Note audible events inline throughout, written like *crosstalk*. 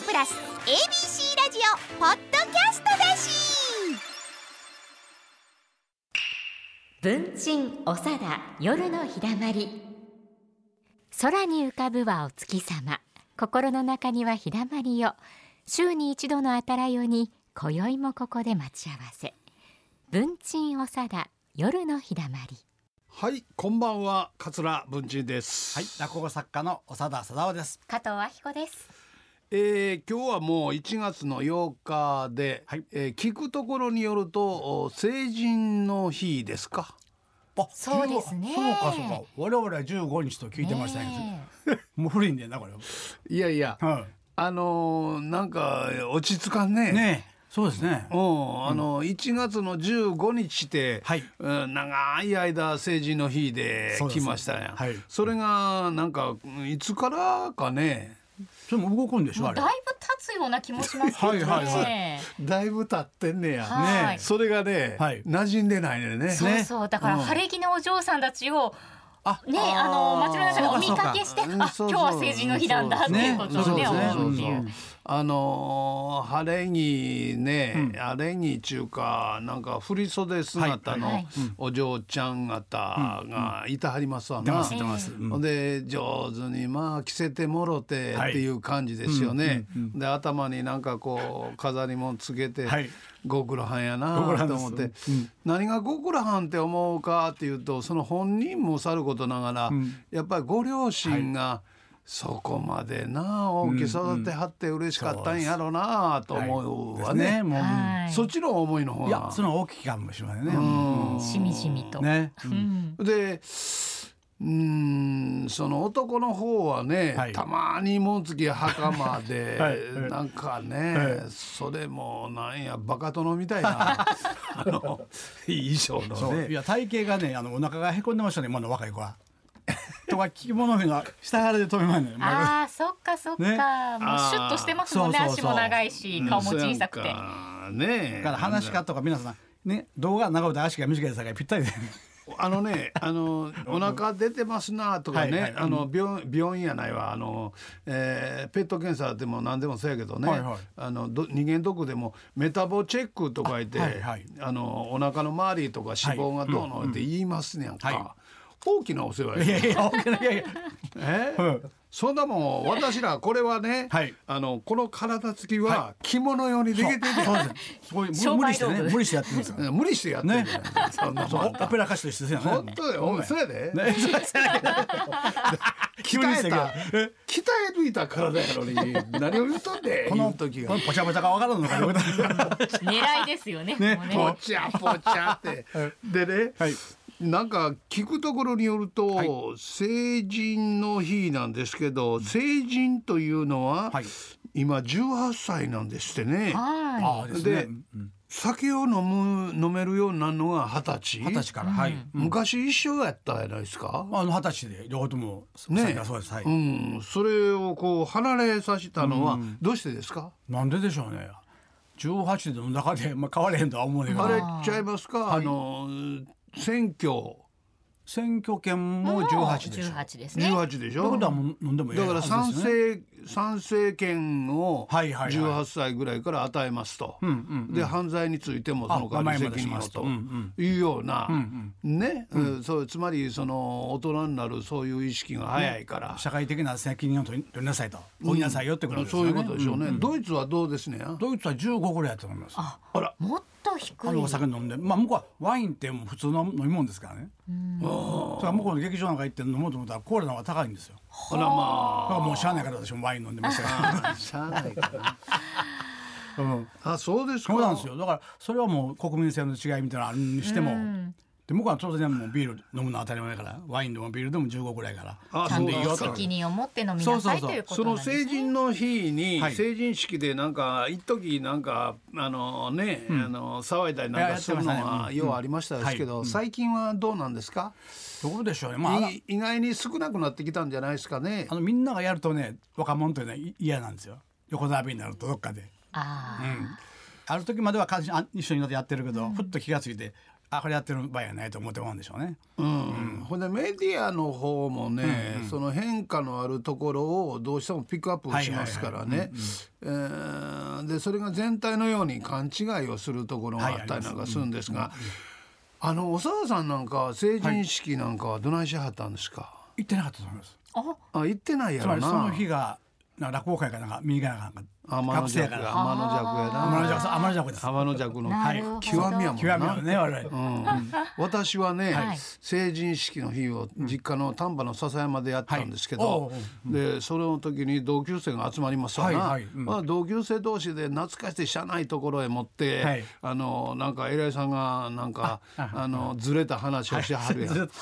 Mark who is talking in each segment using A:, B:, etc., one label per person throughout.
A: プラス ABC ラジオポッドキャストだし
B: 文鎮おさだ夜のひだまり空に浮かぶはお月様心の中にはひだまりよ週に一度のあたらよに今宵もここで待ち合わせ文鎮おさだ夜のひだまり
C: はい、こんばんは、桂文珍です。
D: はい、落語作家の長田貞夫です。
B: 加藤亜彦です
C: えー今日はもう1月の8日で、
D: はい
C: えー聞くところによるとお成人の日ですか。
D: あ、
B: そうですね
D: 15そうかそうか。我々は15日と聞いてましたけど、
B: ね
D: もう古いんだよなこれ。
C: いやいや、
D: は
C: あのーなんか落ち着かんね。
D: い。ねえ、そうですね
C: う。ん、あの1月の15日って、
D: はい
C: うん長い間成人の日で
D: そうです
C: 来ましたやん
D: はい
C: それがなんかうんいつからかね
D: それも動くんでし
B: え
D: ょ
B: も
D: あ
B: う
D: れ
B: だい。ぶ経つような気もしますけどね
D: はいはいは
C: だいぶ経ってんねや
B: はい
C: ねそれがね、
D: はい
C: 馴染んでないのよね
B: そうそうだから
C: うん
B: 晴れ着のお嬢さんたちを
D: あ、
B: ね
C: あー
B: あの街の中でお見かけしてあ
C: うん
B: 今
C: そうそう
B: 日は成人の日なんだっていうことをね
D: そうですね
B: 思うっていううん
C: あのー晴れ着ね、
D: うん
C: 晴れ着中かなんか振り袖姿
B: はいは
C: の
B: い
C: お嬢ちゃん方がいたはりますわ
D: 出
C: な。
D: ます出ます。うん
C: ほんで上手にまあ着せてもろて
D: はい
C: っていう感じですよね。
D: うんうん
C: で頭になんかこう飾りもつけて、
D: はい
C: ご苦労はんやな
D: ご苦労はん
C: と
D: です
C: 思って、
D: うん
C: 何がご苦労はんって思うかっていうとその本人もさることながら、
D: ん
C: やっぱりご両親がそこまでな大きく育てはって嬉しかったんやろなと思う
D: で
C: わ
D: す
C: ね,、
D: ね。もううん。
B: はい
C: そっちの思いの方
D: いや、
C: が
D: その大きいかもしれないね。
C: うん
B: しみじみと、
D: ね。
B: うん
C: でうーんその男の方はね、
D: はい
C: たまに紋付き袴で、
D: *laughs* はい
C: なんかね、
D: はい
C: それもなんやバカ殿みたい
D: *laughs*
C: なあの衣装
D: そ
C: の
D: う。い
C: ね
D: や、体型がね、あのお腹がへこんでましたね。今の若い子は。 *laughs* とか着物が下腹で止めまんね。
B: あーそっかそっか、
D: ね
B: もうシュッとしてますもんね
D: あーそうそうそう
B: 足も長いし顔も小さくて、
C: うんそやんかね
D: だから話し方とか皆さんね、動画長尾で足が短いさがぴったりで。
C: あのね、あ
D: *laughs*
C: のお腹出てますなとかね、
D: はいはい
C: あの病病院やないわあの、えーペット検査でも何でもそうやけどね、
D: はいはい
C: あのど人間ドックでもメタボチェックとか言ってあ,、
D: あはいはい
C: のお腹の周りとか脂肪がどうのって言いますねやんか、
D: はい
C: 大きなお世話や
D: い
C: で
D: やい *laughs* や、いやいや。
C: えー
D: うん
C: そんなもん私らこれはね、
D: はい
C: あのこの体つきは着物用にできてる、
D: そうです。すごい無無理して
B: 商売道
D: ね、
B: 具
D: 無理してやってるんですよ。
C: 無理してやってるじゃない、そんな
D: そう
C: もん
D: *laughs* オペラ歌手としてですよね。
C: 本当だよ、おそやで、
D: ね、
C: 鍛えた鍛
D: にしたけど
C: え抜いた体やのに
D: *laughs*
C: 何を言うとんねん
D: この
C: 言う時
D: こ
C: が
D: のポチャポチャがわからんのかよ。
B: 狙いですよね
D: ね
B: もう
C: ポ
B: ね
C: チャポチャってでね、
D: はい
C: なんか聞くところによると、
D: い
C: 成人の日なんですけど成人というのは、
D: はい
C: 今18歳なんですってね
B: は
D: ああですね
C: で。
D: うん
C: 酒を飲む飲めるようになるのが二十歳
D: 二十歳から、はい。
C: 昔一緒やったじゃないですか、
D: あの二十歳で両方とも
C: ね
D: 参加そうです。はい。
C: うん、それをこう離れさせたのはどうしてですか、
D: なんででしょうね。十八での中でまあ変われへんとは思うねんけ
C: あれ
D: ど。
C: ちゃいますか、あの選挙
D: 選挙権
B: い
D: も十八でしょ。
B: 18ですね
C: 十八でし
D: という
C: ょ。
D: こと
C: だ
D: はもう飲んでもいい
C: から賛
D: ね。
C: 成賛成権を
D: はいはいはい
C: 十八歳ぐらいから与えますと
D: うんう。ん。
C: で犯罪についてもその代わり責任をと
D: あ名前までします
C: いうようなね、うんそうつまりその大人になるそういう意識が早いから。
D: 社会的な責任を取り取りなさいと。取りなさいよってことです
C: そう
D: よ
C: い
D: ね。
C: うことでしょうね、ドイツはどうですねや
D: ドイツは15ぐらいだと思います。あ
C: あら
B: いもっと低い
D: のお酒飲んで、まあ向こうはワインってもう普通の飲み物ですからね。だから向こうの劇場なんか行って飲もうと思ったらコーラの方が高いんですよ。
C: あらま
D: だからもうしゃあないから私もワイン飲んでましたか *laughs*
C: あしゃあないかな
D: ら。うん
C: あそうですか
D: そうなんですよ。だからそれはもう国民性の違いみたいなのあるにしても、で向こうは当然もうビール飲むのは当たり前だから、ワインでもビールでも15ぐらいから。
C: あ
B: ちゃ
C: そ
B: ん
C: うです
B: と
C: か
B: 責任を持って飲みなさいということ
C: そ
B: なん
C: の
B: ですね
C: 成人の日に、
D: はい
C: 成人式でなんか一時なんかあのね、あの騒いだりなんかするの
D: いややってました
C: が
D: ねうん
C: ようありましたですけど、最近はどうなんですか、
D: どうでしょうね。まああの
C: い意外に少なくなってきたんじゃないですかね
D: あ。のみんながやるとね、若者というのは嫌なんですよ。横並びになるとどっかで。
B: あ
D: ある時までは関心あ一緒になってやってるけど、ふっと気がついてあこれやってる場合はないと思ってもらうんでしょうね。
C: うんほんでメディアの方もね、その変化のあるところをどうしてもピックアップしますからねえーでそれが全体のように勘違いをするところがあったりなんかするんですが、あの長田さんなんかは成人式なんかはどないしはったんですか、
D: 行ってなかったと思います。
C: あ行ってないや
D: つま
C: ろ
D: りその
C: な
D: 日がなんか落語会かなんか見に行かなあかんかった
C: 天の
D: 学生や
C: 弱
D: か
C: が
D: ら
C: 天の弱や
D: 天の
C: な
D: 弱さ天の弱です
C: 天の弱の
B: なるほど
C: 極みやもん
D: 極み
C: な
D: はね我々、
C: うん私はね、
B: はい
C: 成人式の日を実家の丹波の笹山でやったんですけ
D: はいお
C: ど
D: うおう、
C: でそれの時に同級生が集まりますわな、
D: はいはいうん
C: まあ、同級生同士で懐かしい車ないところへ持って、
D: はい
C: あのなんか偉いさんがなんかあ
D: あ
C: のずれた話をしはるやん。
D: ずっと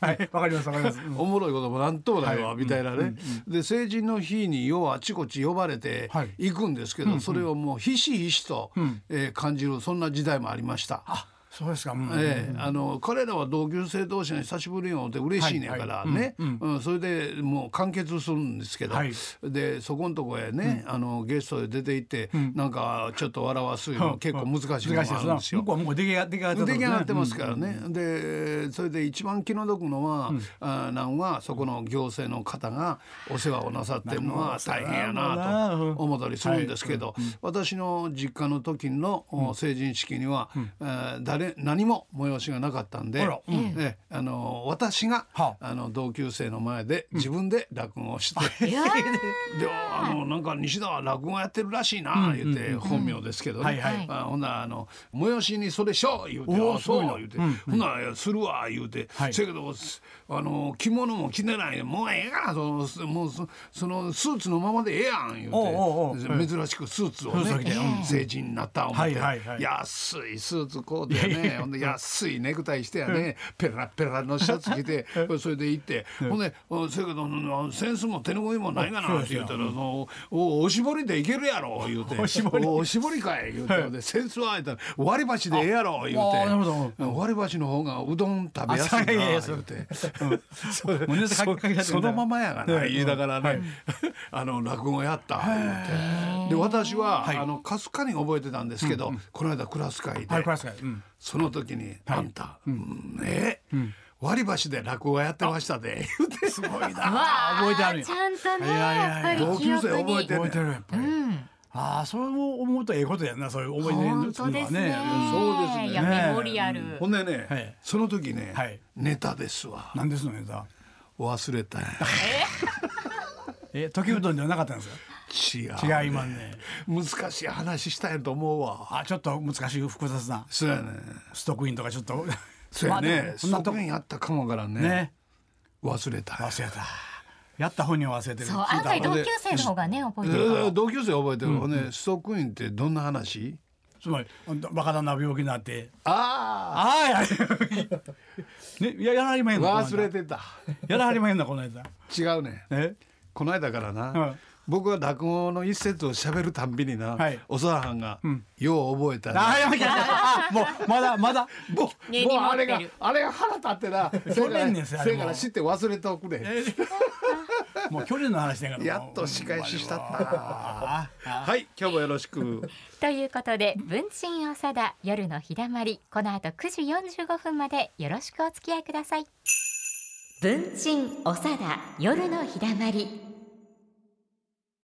D: *laughs* はいはいわかりますわかり
C: *laughs*
D: ます、うん
C: おもろいこともなんともないわ、
D: はい
C: みたいなね、で成人の日にようあちこち呼ばれて
D: はい
C: 行くんですけど、それをもうひしひしと、えー感じるそんな時代もありました。
D: あそうですか、うん
C: ええあの彼らは同級生同士の久しぶりに会うて嬉しいねやからね、うんそれでもう完結するんですけど、
D: はい
C: でそこのとこへね、あのゲストで出て行って、なんかちょっと笑わすいうの結構難しいの
D: 難しい
C: があるん
D: で
C: です
D: す
C: よ
D: な向。こうはもう出来上が出来上がってた
C: 出来上がってます
D: か
C: からね、でそれで一番気の毒のは、あなんはそこの行政の方がお世話をなさってるのは大変やなと思ったりするんですけど、私の実家の時のお成人式には、えー誰何も催しがなかったんで、
D: あらうん
C: えあの私が、
D: は
C: あの同級生の前で自分で落語をして、であのなんか西田は落語やってるらしいな言って本名ですけどね、
D: はいはい
C: あほんならあの「催しにそれしよう」言うて「
D: おー
C: あそう
D: す」ごいな
C: 言うて「ほんならするわ」言うて、
D: はい
C: せやけどすあの着物も着てないもうええからそのすもうそそのスーツのままでええやん言うて
D: おうおうおう
C: で珍しくスーツをね
D: スーツを着てうん
C: 成人になった思って、
D: はいはいはい
C: 安いスーツコートやねほんで安いネクタイしてやねペラペラのシャツ着てそれで行ってほんで「あせやけどうんセンスも手ぬぐいもないが
D: そう
C: な」って
D: です
C: 言
D: よ
C: ったら「そのおおしぼりでいけるやろ」言うて「
D: おしぼり
C: おしぼりかい」言うてほんで「センスは」言ったら「割り箸でええやろ」言うて
D: ああなるほ
C: 「割り箸の方がうどん食べやすいな」
D: あいやいやそ
C: 言
D: う
C: うて。
D: らもう
C: そそのままやがな、だからね、あの落語やった言うてで私は、あのかすかに覚えてたんですけど、この間クラス会で、
D: はいクラス会うん
C: その時に「あんた、うんね、割り箸で落語やってました
D: *laughs*
C: で」言うてすごいな
D: あ覚えてあるんや
B: ちゃんとね
D: いやいや
B: やっ
D: い
B: ぱ
D: や
B: り
C: 同
B: 記
C: 級
B: 憶
C: 生
B: に
C: 覚えてん
D: 覚
C: ね
D: えてるやっぱり、ああそれを思うとええことやんなそういう思い出
B: 本
D: の
B: 当ですね
C: そうですね
B: いやメモリアル、
C: ほんでね、
D: はい
C: その時ね、
D: はい
C: ネタですわ
D: なんですのネタ
C: 忘れ
D: *laughs*
C: たんや
D: え時うどんではなかったんですか
C: 違う
D: 違いまんね
C: 難しい話したんやと思うわ
D: あちょっと難しい複雑な
C: そうやね
D: ストックインとかちょっと
C: そうや
D: *laughs* まあで
C: ね
D: もそんな
C: 側
D: とこ
C: 面やったかもわからんね
D: ね
C: 忘れたんや
D: 忘れたやった本人は忘れてる
B: そう
D: 聞い
B: 案
D: た
B: 外同
C: で
B: 級生の方がね覚えてるから
C: えー同級生覚えてるわね、ストックインってどんな話
D: つまりほんと若旦那病気になって
C: あ
D: ああやねややらはりまへんのこの間
C: 忘れてた
D: やらはりまへんのこの間
C: 違うね
D: え
C: この間からな、
D: はい
C: 僕は落語の一節を喋るたんびにな、
D: はい
C: おさはんが、よう覚えたね、
D: あやめてあもうまだまだ
C: もう
B: 根に
C: もう
B: 持
C: あ
B: って
C: れ
B: る
C: があれが腹立って
D: *laughs*
C: なせやか
D: 去年で
C: ら
D: すよあ
C: せ
D: れ
C: や
D: も
C: から知って忘れておくれ
D: *laughs* もう去年の話だからもう
C: やっと仕返ししたった
D: あ
C: なはい今日もよろしく
B: ということで文鎮おさだ夜の日だまりこの後9時45分までよろしくお付き合いください文鎮おさだ夜の日だまり